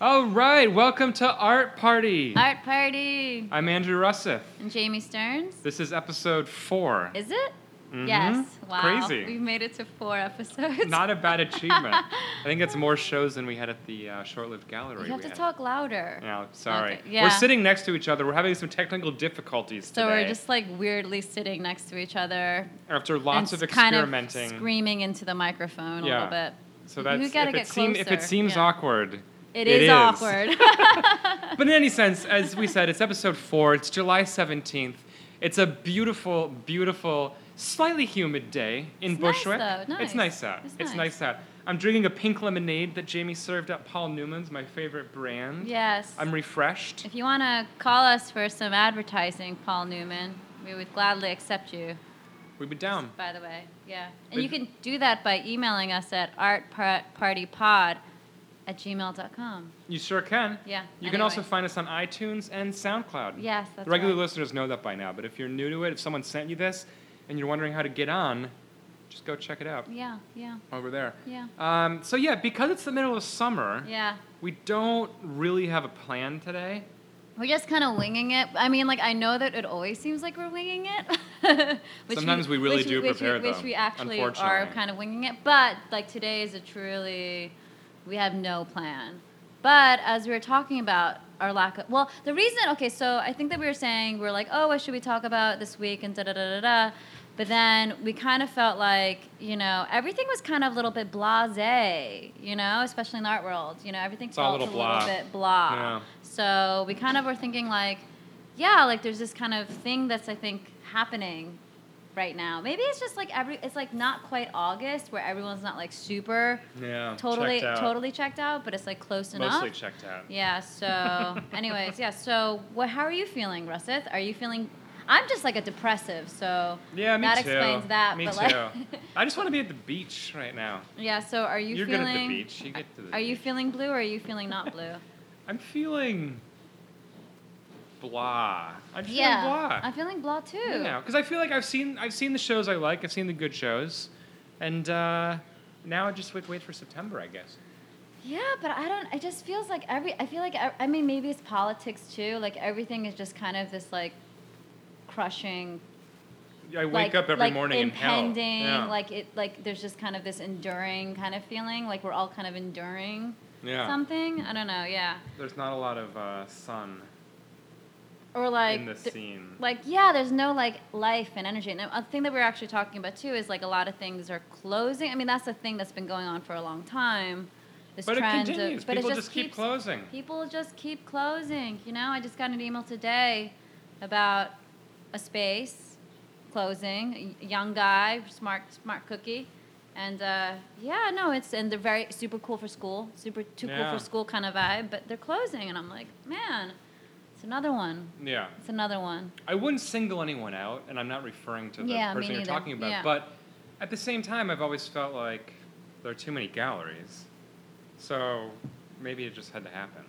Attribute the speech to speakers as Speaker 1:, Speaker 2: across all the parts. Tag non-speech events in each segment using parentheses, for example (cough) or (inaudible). Speaker 1: All right, welcome to Art Party.
Speaker 2: Art party.
Speaker 1: I'm Andrew Russeth.
Speaker 2: And Jamie Stearns.
Speaker 1: This is episode four.
Speaker 2: Is it? Yes.
Speaker 1: Mhm.
Speaker 2: Wow.
Speaker 1: Crazy.
Speaker 2: We've made it to four episodes. (laughs)
Speaker 1: Not a bad achievement. I think it's more shows than we had at the uh, short-lived gallery.
Speaker 2: You have
Speaker 1: we
Speaker 2: to
Speaker 1: had.
Speaker 2: talk louder.
Speaker 1: No, sorry.
Speaker 2: Okay, yeah.
Speaker 1: We're sitting next to each other. We're having some technical difficulties
Speaker 2: So
Speaker 1: today.
Speaker 2: we're just like weirdly sitting next to each other.
Speaker 1: after lots
Speaker 2: and
Speaker 1: of
Speaker 2: s- kind
Speaker 1: experimenting.
Speaker 2: screaming into the microphone
Speaker 1: Yeah.
Speaker 2: a little bit.
Speaker 1: so
Speaker 2: You
Speaker 1: that's
Speaker 2: gotta
Speaker 1: if,
Speaker 2: get
Speaker 1: it seem, if it
Speaker 2: closer,
Speaker 1: seems
Speaker 2: yeah.
Speaker 1: awkward.
Speaker 2: it is,
Speaker 1: is. (laughs)
Speaker 2: awkward. (laughs)
Speaker 1: But in any sense, as we said, it's episode four. It's July 17th. It's a beautiful, beautiful, slightly humid day in
Speaker 2: It's nice,
Speaker 1: Bushwick.
Speaker 2: though.
Speaker 1: It's
Speaker 2: Nice.
Speaker 1: nice out.
Speaker 2: It's
Speaker 1: It's
Speaker 2: nice.
Speaker 1: nice out. I'm drinking a pink lemonade that Jamie served at Paul Newman's, my favorite brand.
Speaker 2: yes.
Speaker 1: I'm refreshed.
Speaker 2: if you want to call us for some advertising, Paul Newman, we would gladly accept you.
Speaker 1: We've been down.
Speaker 2: by the way. Yeah.
Speaker 1: But-
Speaker 2: And you can do that by emailing us at artpartypod at gmail.com.
Speaker 1: You sure can.
Speaker 2: Yeah.
Speaker 1: You can also
Speaker 2: anyway.
Speaker 1: find us on iTunes and SoundCloud.
Speaker 2: Yes, that's
Speaker 1: Regular
Speaker 2: right.
Speaker 1: listeners know that by now, but if you're new to it, if someone sent you this and you're wondering how to get on, just go check it out
Speaker 2: Yeah, yeah,
Speaker 1: over there.
Speaker 2: yeah.
Speaker 1: Um, so, yeah, because it's the middle of summer,
Speaker 2: Yeah.
Speaker 1: we don't really have a plan today.
Speaker 2: We're just kind of winging it. I mean, like, I know that it always seems like we're winging it. (laughs) Which
Speaker 1: Sometimes we really
Speaker 2: which
Speaker 1: do
Speaker 2: which
Speaker 1: prepare,
Speaker 2: we, Which
Speaker 1: though,
Speaker 2: we actually are
Speaker 1: unfortunately.
Speaker 2: kind of winging it. But, like, today is a truly, we have no plan. But as we were talking about our lack of, well, the reason, okay, so I think that we were saying, we're like, oh, what should we talk about this week and da da da da da. But then we kind of felt like, you know, everything was kind of a little bit blase, you know, especially in the art world. You know, everything
Speaker 1: It's all a
Speaker 2: felt
Speaker 1: little blah.
Speaker 2: bit blah.
Speaker 1: Yeah.
Speaker 2: So we kind of were thinking like, yeah, like there's this kind of thing that's I think happening right now. Maybe it's just like every it's like not quite August where everyone's not like super
Speaker 1: Yeah.
Speaker 2: totally totally checked out, but it's like close enough.
Speaker 1: Mostly checked out. (laughs)
Speaker 2: Yeah, so anyways, yeah, so what how are you feeling, Russeth? Are you feeling I'm just like a depressive, so
Speaker 1: Yeah, me
Speaker 2: that
Speaker 1: too.
Speaker 2: explains that.
Speaker 1: Me
Speaker 2: but
Speaker 1: too.
Speaker 2: like (laughs)
Speaker 1: I just want to be at the beach right now.
Speaker 2: Yeah, so are you
Speaker 1: You're
Speaker 2: feeling
Speaker 1: good at the beach. You get to the
Speaker 2: Are you
Speaker 1: beach.
Speaker 2: feeling blue or are you feeling not blue?
Speaker 1: I'm feeling blah. I'm feeling
Speaker 2: yeah.
Speaker 1: blah.
Speaker 2: I'm feeling blah too.
Speaker 1: you know, because I feel like I've seen I've seen the shows I like. I've seen the good shows, and uh, now I just wait wait for September, I guess.
Speaker 2: Yeah, but I don't. It just feels like every. I feel like e, I, I mean maybe it's politics too. Like everything is just kind of this like crushing.
Speaker 1: I wake
Speaker 2: like-
Speaker 1: up every
Speaker 2: like,
Speaker 1: morning in hell.
Speaker 2: impending.
Speaker 1: Yeah.
Speaker 2: Like it. Like there's just kind of this enduring kind of feeling. Like we're all kind of enduring
Speaker 1: yeah.
Speaker 2: something. I don't know. Yeah.
Speaker 1: There's not a lot of uh, sun
Speaker 2: Or like
Speaker 1: in the
Speaker 2: th-
Speaker 1: scene.
Speaker 2: like yeah there's no like life and energy and a thing that we were actually talking about too is like a lot of things are closing i mean that's the thing that's been going on for a long time this
Speaker 1: but it
Speaker 2: trend
Speaker 1: continues.
Speaker 2: of but
Speaker 1: People
Speaker 2: it
Speaker 1: just,
Speaker 2: just
Speaker 1: keep
Speaker 2: keeps-
Speaker 1: closing.
Speaker 2: people just keep closing you know i just got an email today about a space closing a y- young guy smart smart cookie and uh, yeah no it's and they're very super cool for school super too
Speaker 1: Yeah.
Speaker 2: cool for school kind of vibe but they're closing and i'm like man it's another one
Speaker 1: Yeah.
Speaker 2: it's another one
Speaker 1: I wouldn't single anyone out, and I'm not referring to the
Speaker 2: Yeah, me
Speaker 1: person you're
Speaker 2: neither.
Speaker 1: talking about.
Speaker 2: Yeah.
Speaker 1: But at the same time, I've always felt like there are too many galleries, so maybe it just had to happen.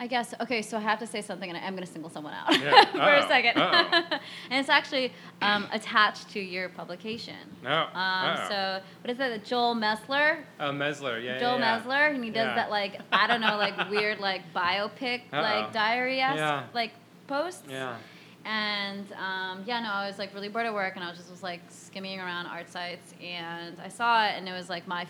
Speaker 2: I guess okay, so I have to say something, and I am going to single someone out
Speaker 1: Yeah.
Speaker 2: (laughs) for
Speaker 1: Uh-oh.
Speaker 2: a second,
Speaker 1: Uh-oh.
Speaker 2: (laughs) and it's actually um, attached to your publication.
Speaker 1: No.
Speaker 2: Um, So what is that? Joel Messler,
Speaker 1: oh, Mesler. Yeah.
Speaker 2: Joel
Speaker 1: yeah, yeah.
Speaker 2: Mesler, and he does
Speaker 1: Yeah.
Speaker 2: that like I don't
Speaker 1: (laughs)
Speaker 2: know, like weird like biopic
Speaker 1: Uh-oh.
Speaker 2: like diary esque
Speaker 1: Yeah.
Speaker 2: like posts.
Speaker 1: Yeah.
Speaker 2: And um, yeah, no, I was like really bored at work, and I was just was like skimming around art sites, and I saw it, and it was like my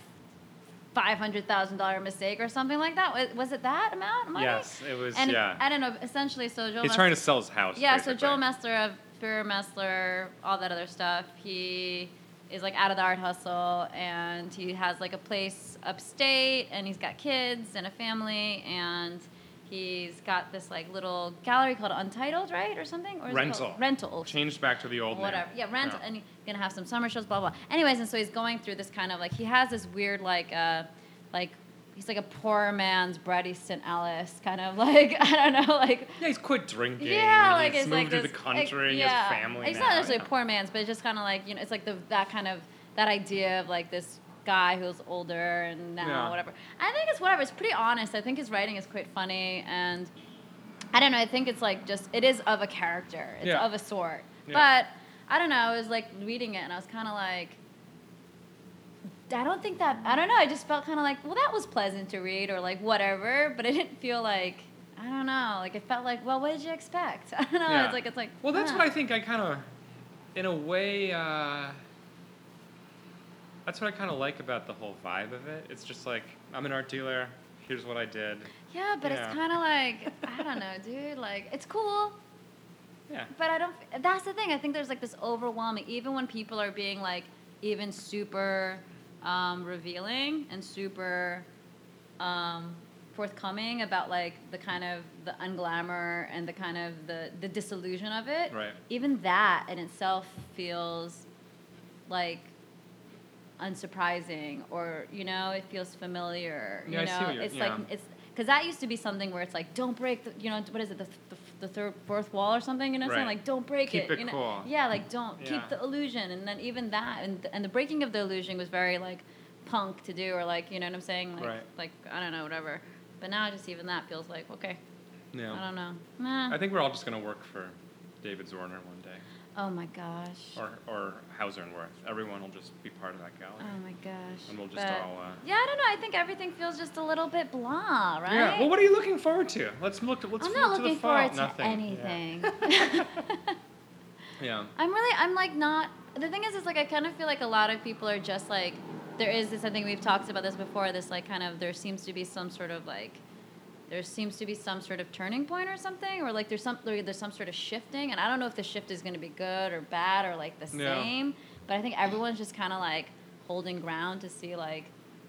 Speaker 2: five hundred thousand dollar mistake or something like that. Was, was it that amount? of money?
Speaker 1: Yes, it was.
Speaker 2: And
Speaker 1: yeah.
Speaker 2: I don't know. Essentially, so Joel.
Speaker 1: He's
Speaker 2: Mess-
Speaker 1: trying to sell his house.
Speaker 2: Yeah, so Joel
Speaker 1: basically.
Speaker 2: Messler of Fear Messler, all that other stuff. He is like out of the art hustle, and he has like a place upstate, and he's got kids and a family, and he's got this like little gallery called Untitled, right, or something, or is it
Speaker 1: Rental.
Speaker 2: called- Rental.
Speaker 1: changed back to the old Oh.
Speaker 2: Whatever.
Speaker 1: name.
Speaker 2: Yeah, rent, and he's gonna have some summer shows, blah blah. Anyways, and so he's going through this kind of like he has this weird like uh like he's like a poor man's Brad Easton Ellis kind of (laughs) like I don't know like
Speaker 1: Yeah, he's quit drinking.
Speaker 2: yeah like
Speaker 1: he's
Speaker 2: it's
Speaker 1: moved
Speaker 2: like
Speaker 1: to
Speaker 2: this,
Speaker 1: the country.
Speaker 2: Like,
Speaker 1: he
Speaker 2: yeah.
Speaker 1: has family
Speaker 2: It's
Speaker 1: now.
Speaker 2: not necessarily
Speaker 1: yeah.
Speaker 2: poor man's, but it's just kind of like you know it's like the that kind of that idea of like this guy who's older and now
Speaker 1: Yeah.
Speaker 2: whatever. I think it's whatever. It's pretty honest. I think his writing is quite funny and. I don't know. I think it's like just it is of a character. It's
Speaker 1: Yeah.
Speaker 2: of a sort.
Speaker 1: Yeah.
Speaker 2: But I don't know. I was like reading it and I was kind of like I don't think that I don't know. I just felt kind of like, well, that was pleasant to read, or like whatever. But I didn't feel like I don't know. Like it felt like, well, what did you expect? (laughs) I don't know.
Speaker 1: Yeah.
Speaker 2: It's like it's like.
Speaker 1: Well, that's
Speaker 2: huh.
Speaker 1: what I think. I kind of, in a way, uh, that's what I kind of like about the whole vibe of it. It's just like I'm an art dealer. Here's what I did.
Speaker 2: Yeah, but
Speaker 1: Yeah.
Speaker 2: it's kind of like I don't know, dude. Like it's cool,
Speaker 1: Yeah.
Speaker 2: but I don't. f- That's the thing. I think there's like this overwhelming, even when people are being like even super um, revealing and super um, forthcoming about like the kind of the unglamour and the kind of the the disillusion of it.
Speaker 1: Right.
Speaker 2: Even that in itself feels like unsurprising or you know it feels familiar you
Speaker 1: Yeah, I
Speaker 2: know
Speaker 1: see what you're-
Speaker 2: it's
Speaker 1: yeah.
Speaker 2: like it's because that used to be something where it's like don't break the you know what is it the, the, the third fourth wall or something you know what
Speaker 1: Right.
Speaker 2: I'm saying like don't break
Speaker 1: Keep
Speaker 2: it,
Speaker 1: it
Speaker 2: you know?
Speaker 1: cool.
Speaker 2: yeah like don't
Speaker 1: Yeah.
Speaker 2: keep the illusion and then even that and, and the breaking of the illusion was very like punk to do or like you know what i'm saying like,
Speaker 1: Right.
Speaker 2: like i don't know whatever but now just even that feels like okay
Speaker 1: Yeah.
Speaker 2: i don't know nah.
Speaker 1: I think we're all just gonna work for David Zorner one day,
Speaker 2: oh my gosh
Speaker 1: or or Hauser and Worth. Everyone will just be part of that gallery.
Speaker 2: oh my gosh
Speaker 1: And we'll just
Speaker 2: But-
Speaker 1: all, uh,
Speaker 2: yeah i don't know i think everything feels just a little bit blah right
Speaker 1: Yeah. Well, what are you looking forward to? Let's look. Let's
Speaker 2: I'm
Speaker 1: look
Speaker 2: not
Speaker 1: to
Speaker 2: looking
Speaker 1: the fall.
Speaker 2: forward to
Speaker 1: Nothing.
Speaker 2: anything.
Speaker 1: Yeah. yeah.
Speaker 2: I'm really, I'm like not. The thing is, is like I kind of feel like a lot of people are just like there is this. I think we've talked about this before. This like kind of there seems to be some sort of like there seems to be some sort of turning point or something, or like there's some there- there's some sort of shifting, and I don't know if the shift is going to be good or bad or like the
Speaker 1: Yeah.
Speaker 2: same. But I think everyone's just kind of like holding ground to see like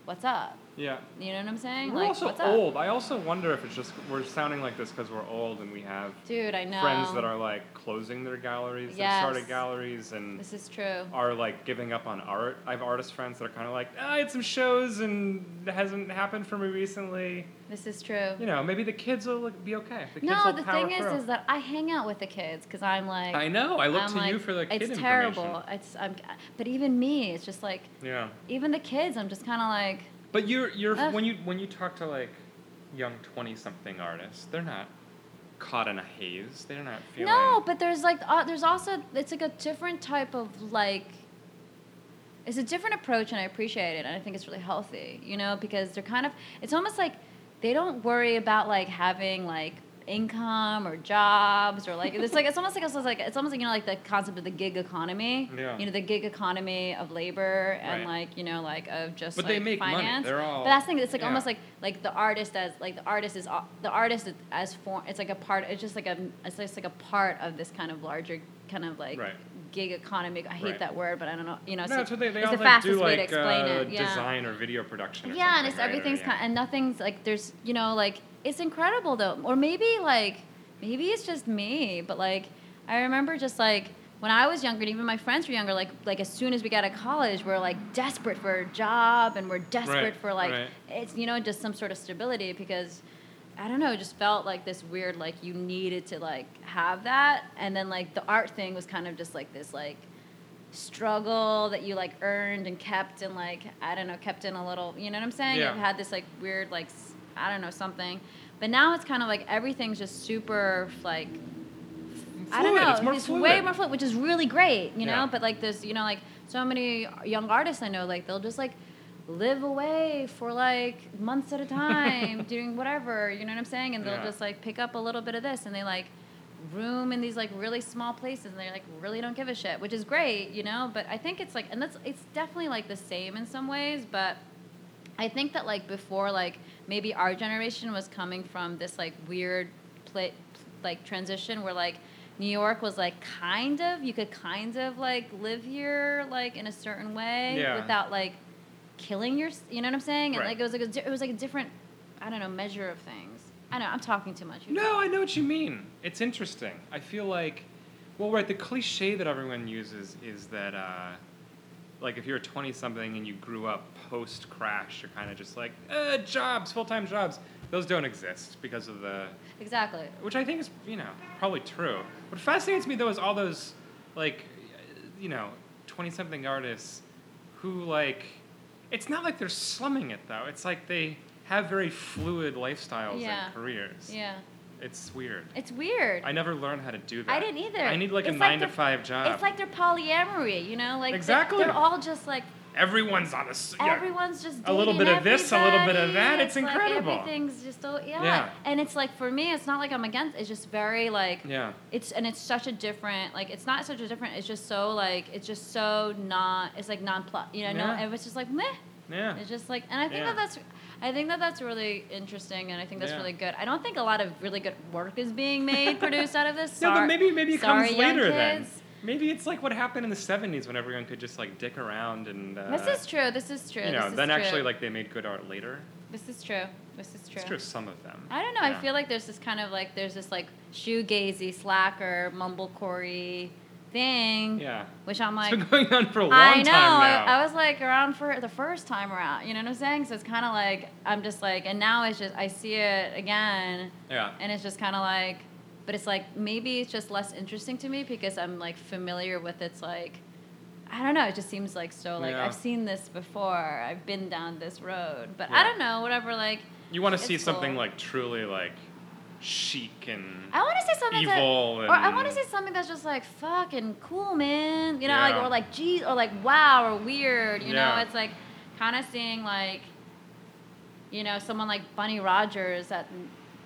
Speaker 2: what's up.
Speaker 1: Yeah.
Speaker 2: You know what I'm saying?
Speaker 1: We're
Speaker 2: like
Speaker 1: also
Speaker 2: what's
Speaker 1: old. I also wonder if it's just we're sounding like this because we're old and we have
Speaker 2: up, dude. I know.
Speaker 1: friends that are like closing their galleries,
Speaker 2: Yes.
Speaker 1: they've started galleries, and
Speaker 2: This is true.
Speaker 1: are like giving up on art. I have artist friends that are kind of like, "Ah, I had some shows and it hasn't happened for me recently.
Speaker 2: This is true.
Speaker 1: You know, maybe the kids will like, be okay. The kids
Speaker 2: No,
Speaker 1: will
Speaker 2: the
Speaker 1: power
Speaker 2: thing is,
Speaker 1: through.
Speaker 2: is that I hang out with the kids because I'm like,
Speaker 1: I know. I look
Speaker 2: I'm
Speaker 1: to
Speaker 2: like,
Speaker 1: you for the kid
Speaker 2: it's
Speaker 1: information.
Speaker 2: terrible. It's I'm, but even me, it's just like,
Speaker 1: Yeah,
Speaker 2: even the kids, I'm just kind of like,
Speaker 1: but you're you're
Speaker 2: Ugh.
Speaker 1: when you when you talk to like young twenty something artists, they're not caught in a haze. They're not feeling.
Speaker 2: no. But there's like, uh, there's also, it's like a different type of like, it's a different approach, and I appreciate it, and I think it's really healthy, you know, because they're kind of, it's almost like they don't worry about like having like income or jobs or like it's like it's almost like it's like it's almost like you know like the concept of the gig economy
Speaker 1: Yeah.
Speaker 2: you know the gig economy of labor and
Speaker 1: Right.
Speaker 2: like you know like of just
Speaker 1: But
Speaker 2: like
Speaker 1: they make money.
Speaker 2: finance
Speaker 1: They're all-
Speaker 2: but that's the thing it's like
Speaker 1: yeah.
Speaker 2: almost like like the artist as like the artist is al- the artist is- as form it's like a part it's just like a it's just like a part of this kind of larger kind of like
Speaker 1: Right.
Speaker 2: gig economy i hate
Speaker 1: Right.
Speaker 2: that word but i don't know you know
Speaker 1: No,
Speaker 2: it's,
Speaker 1: so they, they
Speaker 2: it's
Speaker 1: all
Speaker 2: the
Speaker 1: like,
Speaker 2: fastest
Speaker 1: do
Speaker 2: way
Speaker 1: like
Speaker 2: to explain
Speaker 1: uh,
Speaker 2: it. Yeah.
Speaker 1: design or video production. Or
Speaker 2: yeah,
Speaker 1: something,
Speaker 2: and it's
Speaker 1: right? Or,
Speaker 2: everything's
Speaker 1: yeah.
Speaker 2: kind and nothing's like there's you know like it's incredible though, or maybe like maybe it's just me, but like I remember just like when I was younger, and even my friends were younger. Like like as soon as we got out of college, we're like desperate for a job, and we're desperate
Speaker 1: Right,
Speaker 2: for like
Speaker 1: right.
Speaker 2: it's you know just some sort of stability because. I don't know, it just felt like this weird, like you needed to like have that. And then like the art thing was kind of just like this like struggle that you like earned and kept and like I don't know kept in a little you know what I'm saying
Speaker 1: Yeah.
Speaker 2: I've had this like weird like s- I don't know something but now it's kind of like everything's just super like I don't
Speaker 1: Fluid,
Speaker 2: know
Speaker 1: It's more fluid.
Speaker 2: way more fluid which is really great you
Speaker 1: Yeah.
Speaker 2: know but like this you know like so many young artists I know like they'll just like live away for like months at
Speaker 1: (laughs)
Speaker 2: a time doing whatever you know what I'm saying and they'll
Speaker 1: Yeah.
Speaker 2: just like pick up a little bit of this and they like room in these like really small places and they like really don't give a shit which is great you know but i think it's like and that's it's definitely like the same in some ways but i think that like before like maybe our generation was coming from this like weird pla- like transition where like new york was like kind of you could kind of like live here like in a certain way
Speaker 1: Yeah.
Speaker 2: without like killing your you know what i'm saying and
Speaker 1: Right.
Speaker 2: like it was like a, di- it was like a different i don't know measure of things i know i'm talking too much you know.
Speaker 1: No, I know what you mean. It's interesting. I feel like, well, right, the cliche that everyone uses is that, uh, like, if you're 20 something and you grew up post crash, you're kind of just like, uh, jobs, full time jobs. Those don't exist because of the,
Speaker 2: exactly
Speaker 1: which I think is, you know, probably true. What fascinates me, though, is all those, like, you know, 20 something artists who, like, it's not like they're slumming it, though. It's like they have very fluid lifestyles
Speaker 2: Yeah.
Speaker 1: and careers.
Speaker 2: yeah
Speaker 1: It's weird.
Speaker 2: It's weird.
Speaker 1: I never learned how to do that.
Speaker 2: I didn't either.
Speaker 1: I need like a
Speaker 2: It's like
Speaker 1: nine to
Speaker 2: the-
Speaker 1: five job.
Speaker 2: it's like they're polyamory, you know? Like they're-
Speaker 1: uh, Exactly.
Speaker 2: They're, all just like
Speaker 1: everyone's on a s- yeah.
Speaker 2: everyone's just
Speaker 1: A little
Speaker 2: dating
Speaker 1: bit of this, a little bit of that.
Speaker 2: everybody.
Speaker 1: It's
Speaker 2: like
Speaker 1: incredible.
Speaker 2: everything's just so yeah.
Speaker 1: Yeah.
Speaker 2: and it's like for me, it's not like I'm against. It's just very like
Speaker 1: Yeah.
Speaker 2: it's and it's such a different like it's not such a different. It's just so like it's just so not. It's like non plus you know. No,
Speaker 1: Yeah.
Speaker 2: it was just like meh.
Speaker 1: yeah.
Speaker 2: It's just like and I think
Speaker 1: Yeah.
Speaker 2: that that's. I think that that's really interesting, and I think that's
Speaker 1: Yeah.
Speaker 2: really good. I don't think a lot of really good work is being made produced out of
Speaker 1: (laughs)
Speaker 2: this.
Speaker 1: No, but
Speaker 2: Sor-
Speaker 1: maybe maybe it
Speaker 2: sorry,
Speaker 1: comes
Speaker 2: young
Speaker 1: later then.
Speaker 2: kids.
Speaker 1: Maybe it's like what happened in the '70s when everyone could just like dick around and. Uh,
Speaker 2: this is true. This is true.
Speaker 1: You know,
Speaker 2: this is
Speaker 1: then
Speaker 2: true.
Speaker 1: actually like they made good art later.
Speaker 2: this is true. This is
Speaker 1: It's true. of Some of them.
Speaker 2: I don't know.
Speaker 1: Yeah.
Speaker 2: I feel like there's this kind of like there's this like shoegazy slacker mumblecorey thing,
Speaker 1: Yeah.
Speaker 2: which I'm
Speaker 1: it's
Speaker 2: like,
Speaker 1: been (laughs) going on for a long
Speaker 2: I
Speaker 1: time
Speaker 2: know.
Speaker 1: now.
Speaker 2: I, I was like around for the first time around. You know what I'm saying? So it's kind of like I'm just like, and now it's just I see it again,
Speaker 1: yeah.
Speaker 2: and it's just kind of like, but it's like maybe it's just less interesting to me because I'm like familiar with its like. I don't know. It just seems like so. Like
Speaker 1: Yeah.
Speaker 2: I've seen this before. I've been down this road, but
Speaker 1: Yeah.
Speaker 2: I don't know. Whatever. Like
Speaker 1: You want to
Speaker 2: It's
Speaker 1: see something
Speaker 2: cool.
Speaker 1: like truly like chic and
Speaker 2: I want to say something
Speaker 1: evil
Speaker 2: that, or I
Speaker 1: and-
Speaker 2: want to say something that's just like fucking cool, man. You know,
Speaker 1: Yeah.
Speaker 2: like or like geez, or like wow, or weird. You
Speaker 1: Yeah.
Speaker 2: know, it's like kind of seeing like, you know, someone like Bunny Rogers at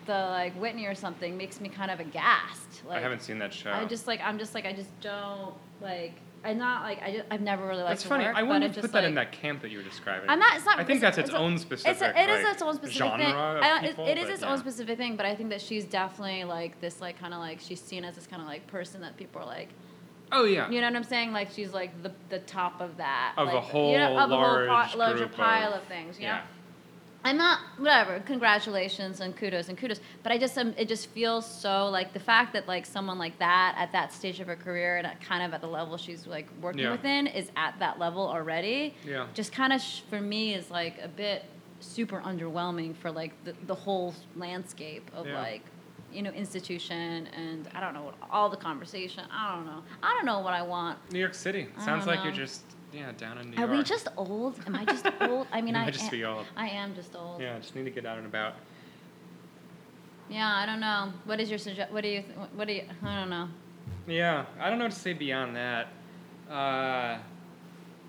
Speaker 2: the like Whitney or something makes me kind of aghast. Like
Speaker 1: I haven't seen that show.
Speaker 2: I just like I'm just like I just don't like I'm not like I just I've never really liked.
Speaker 1: That's
Speaker 2: the
Speaker 1: funny.
Speaker 2: Work,
Speaker 1: I
Speaker 2: but
Speaker 1: wouldn't
Speaker 2: it's
Speaker 1: put
Speaker 2: just,
Speaker 1: that
Speaker 2: like,
Speaker 1: in that camp that you were describing.
Speaker 2: I'm not. It's not.
Speaker 1: I think that's its own
Speaker 2: It's
Speaker 1: specific,
Speaker 2: a, it is
Speaker 1: like,
Speaker 2: its own specific
Speaker 1: genre
Speaker 2: thing.
Speaker 1: of
Speaker 2: I don't- it-
Speaker 1: people,
Speaker 2: it is
Speaker 1: but
Speaker 2: its
Speaker 1: yeah.
Speaker 2: own specific thing, but I think that she's definitely like this, like kind of like she's seen as this kind of like person that people are like,
Speaker 1: Oh yeah.
Speaker 2: you know what I'm saying? Like she's like the the top of that
Speaker 1: Of a
Speaker 2: like, you know,
Speaker 1: whole
Speaker 2: of a whole
Speaker 1: large
Speaker 2: pi- larger
Speaker 1: group of-
Speaker 2: pile of, things. You know?
Speaker 1: yeah.
Speaker 2: I'm not whatever. Congratulations and kudos and kudos, but I just um, it just feels so like the fact that like someone like that at that stage of her career and at kind of at the level she's like working
Speaker 1: Yeah.
Speaker 2: within is at that level already.
Speaker 1: Yeah.
Speaker 2: Just kind of sh- for me is like a bit super underwhelming for like the, the whole landscape of
Speaker 1: Yeah.
Speaker 2: like you know institution and I don't know what all the conversation. I don't know. I don't know what I want.
Speaker 1: New York City.
Speaker 2: I
Speaker 1: Sounds
Speaker 2: don't
Speaker 1: like you're
Speaker 2: know.
Speaker 1: just yeah down in New
Speaker 2: Are
Speaker 1: York.
Speaker 2: we just old? Am I
Speaker 1: (laughs)
Speaker 2: just old? I mean,
Speaker 1: You
Speaker 2: I
Speaker 1: might just
Speaker 2: am,
Speaker 1: be old.
Speaker 2: I am just old.
Speaker 1: Yeah, just need to get out and about.
Speaker 2: Yeah, I don't know. What is your suggest? What do you? Th- what do you? I don't know.
Speaker 1: Yeah, I don't know what to say beyond that. Uh,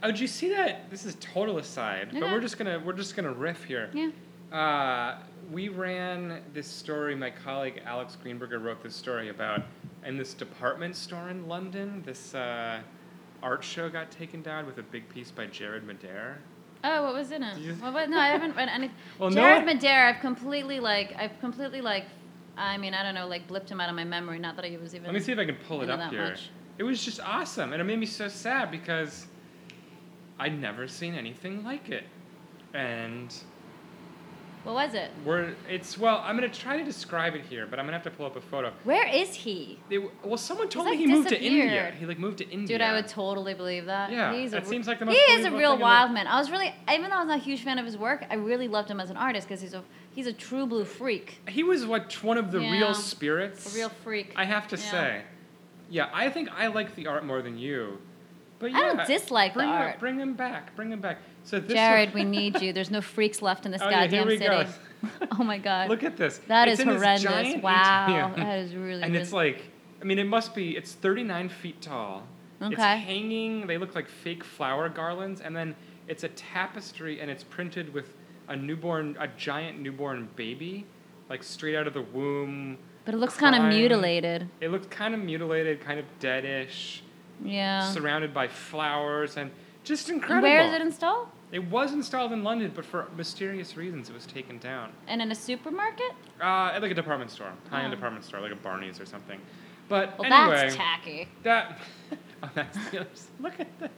Speaker 1: oh, did you see that? This is total aside, but
Speaker 2: Okay.
Speaker 1: we're just gonna we're just gonna riff here.
Speaker 2: Yeah.
Speaker 1: Uh, we ran this story. My colleague Alex Greenberger wrote this story about in this department store in London. This uh, art show got taken down with a big piece by Jared Madair.
Speaker 2: Oh, what was in it?
Speaker 1: You-
Speaker 2: Well, what, no, I haven't read any.
Speaker 1: (laughs) Well, no
Speaker 2: Jared
Speaker 1: one-
Speaker 2: Madair, I've completely like, I've completely like, I mean, I don't know, like blipped him out of my memory. Not that I was even.
Speaker 1: Let me see if I can pull it
Speaker 2: Into
Speaker 1: up
Speaker 2: that
Speaker 1: here.
Speaker 2: much.
Speaker 1: It was just awesome, and it made me so sad because I'd never seen anything like it, and.
Speaker 2: What was it?
Speaker 1: We're it's well. I'm gonna try to describe it here, but I'm gonna have to pull up a photo.
Speaker 2: Where is he?
Speaker 1: They, well, someone told
Speaker 2: like,
Speaker 1: me he moved to India.
Speaker 2: disappeared.
Speaker 1: He like moved to India.
Speaker 2: Dude, I would totally believe that.
Speaker 1: Yeah,
Speaker 2: he's a
Speaker 1: that
Speaker 2: re-
Speaker 1: seems like the most
Speaker 2: He is a
Speaker 1: believable
Speaker 2: real
Speaker 1: thing in
Speaker 2: wild man. I was really, even though I was not a huge fan of his work, I really loved him as an artist because he's a he's a true blue freak,
Speaker 1: he was like one of the
Speaker 2: Yeah.
Speaker 1: real spirits.
Speaker 2: a real freak.
Speaker 1: I have to
Speaker 2: Yeah.
Speaker 1: say, yeah, I think I like the art more than you. But yeah,
Speaker 2: I don't dislike the
Speaker 1: bring him-
Speaker 2: art.
Speaker 1: bring him back. Bring him back. So this
Speaker 2: Jared, we need
Speaker 1: (laughs)
Speaker 2: you. There's no freaks left in this
Speaker 1: Oh, yeah, here
Speaker 2: goddamn
Speaker 1: we go.
Speaker 2: city. (laughs) Oh my god.
Speaker 1: Look at this.
Speaker 2: That
Speaker 1: It's in
Speaker 2: is
Speaker 1: this
Speaker 2: horrendous.
Speaker 1: giant
Speaker 2: Wow,
Speaker 1: ATM.
Speaker 2: (laughs) that is really.
Speaker 1: and it's
Speaker 2: weird.
Speaker 1: like I mean it must be it's 39 feet tall. It's
Speaker 2: Okay.
Speaker 1: hanging. They look like fake flower garlands, and then it's a tapestry, and it's printed with a newborn, a giant newborn baby, like straight out of the womb.
Speaker 2: but it looks kind of
Speaker 1: crime.
Speaker 2: mutilated.
Speaker 1: It looked kind of mutilated, kind of deadish,
Speaker 2: Yeah.
Speaker 1: surrounded by flowers, and just
Speaker 2: And
Speaker 1: incredible.
Speaker 2: where is it installed?
Speaker 1: It was installed in London, but for mysterious reasons, it was taken down.
Speaker 2: And in a supermarket?
Speaker 1: Uh, at like a department store, high-end
Speaker 2: Oh.
Speaker 1: department store, like a Barney's or something. But
Speaker 2: Well,
Speaker 1: anyway,
Speaker 2: that's tacky.
Speaker 1: That. (laughs) oh, that's the other s- Look at this.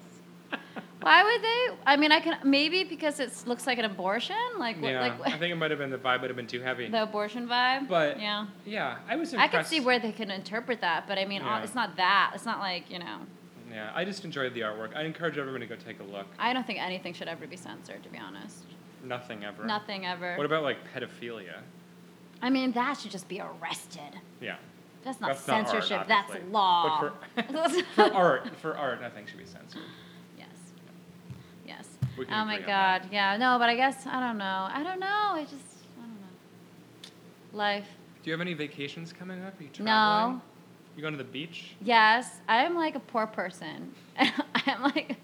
Speaker 2: Why would they? I mean, I can maybe because it looks like an abortion, like what,
Speaker 1: yeah,
Speaker 2: like (laughs)
Speaker 1: I think it might have been the vibe might have been too heavy.
Speaker 2: the abortion vibe.
Speaker 1: But-
Speaker 2: yeah,
Speaker 1: yeah, I was
Speaker 2: I
Speaker 1: impressed.
Speaker 2: can see where they can interpret that. But I mean, all-
Speaker 1: Yeah.
Speaker 2: it's not that. It's not like you know.
Speaker 1: Yeah, I just enjoyed the artwork. I encourage everyone to go take a look.
Speaker 2: I don't think anything should ever be censored, to be honest.
Speaker 1: Nothing ever.
Speaker 2: Nothing ever.
Speaker 1: What about like pedophilia?
Speaker 2: I mean, that should just be arrested.
Speaker 1: Yeah.
Speaker 2: That's not
Speaker 1: that's
Speaker 2: censorship.
Speaker 1: Not art,
Speaker 2: that's
Speaker 1: obviously.
Speaker 2: law. (laughs)
Speaker 1: But for, for art, (laughs) for art, nothing should be censored.
Speaker 2: Yes. Yes.
Speaker 1: We can
Speaker 2: Oh my
Speaker 1: agree on that.
Speaker 2: God. Yeah. No, but I guess I don't know. I don't know. I just I don't know. Life.
Speaker 1: Do you have any vacations coming up? Are you traveling?
Speaker 2: No.
Speaker 1: You going to the beach?
Speaker 2: (laughs) Yes. I'm like a poor person. I'm like.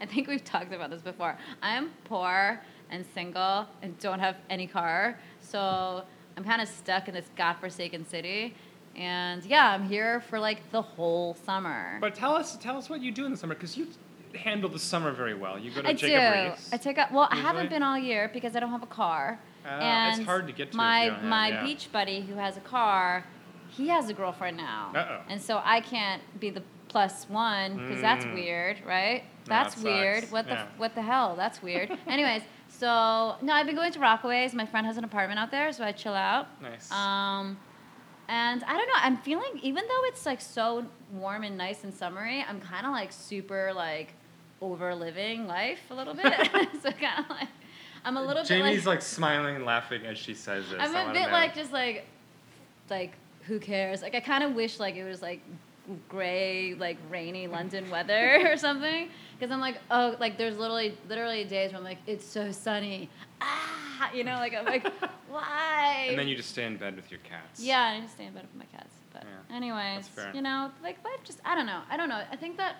Speaker 2: I think we've talked about this before. I'm poor and single and don't have any car, so I'm kind of stuck in this godforsaken city. And yeah, I'm here for like the whole summer.
Speaker 1: But tell us, tell us what you do in the summer, because you handle the summer very well. You go to
Speaker 2: I
Speaker 1: Jacob
Speaker 2: do.
Speaker 1: Reese.
Speaker 2: I take up. Well, I
Speaker 1: usually?
Speaker 2: haven't been all year because I don't have a car.
Speaker 1: Ah, it's
Speaker 2: and
Speaker 1: hard to get to if you
Speaker 2: My
Speaker 1: don't have-
Speaker 2: my
Speaker 1: yeah.
Speaker 2: beach buddy who has a car, he has a girlfriend now.
Speaker 1: Uh-oh.
Speaker 2: And so I can't be the plus one because that's
Speaker 1: Mm.
Speaker 2: weird, right?
Speaker 1: No,
Speaker 2: That's
Speaker 1: that
Speaker 2: weird.
Speaker 1: sucks.
Speaker 2: What the
Speaker 1: Yeah.
Speaker 2: what the hell? That's weird.
Speaker 1: (laughs)
Speaker 2: Anyways, so no, I've been going to Rockaways. My friend has an apartment out there, so I chill out.
Speaker 1: Nice.
Speaker 2: Um, and I don't know. I'm feeling even though it's like so warm and nice and summery, I'm kind of like super like over living life a little
Speaker 1: (laughs)
Speaker 2: bit. (laughs) so kind of like I'm a little
Speaker 1: Jamie's
Speaker 2: bit like,
Speaker 1: like, smiling and laughing as she says this. I
Speaker 2: I'm a
Speaker 1: wanna
Speaker 2: bit
Speaker 1: know.
Speaker 2: like just like like who cares? Like I kind of wish like it was like gray like
Speaker 1: (laughs)
Speaker 2: rainy London weather or something because I'm like oh like there's literally literally days where I'm like it's so sunny ah you know like
Speaker 1: (laughs)
Speaker 2: I'm like why
Speaker 1: And then you just stay in bed with your cats.
Speaker 2: yeah, I just stay in bed with my cats. But
Speaker 1: Yeah,
Speaker 2: anyways,
Speaker 1: fair.
Speaker 2: you know, like life just I don't know. I don't know. I think that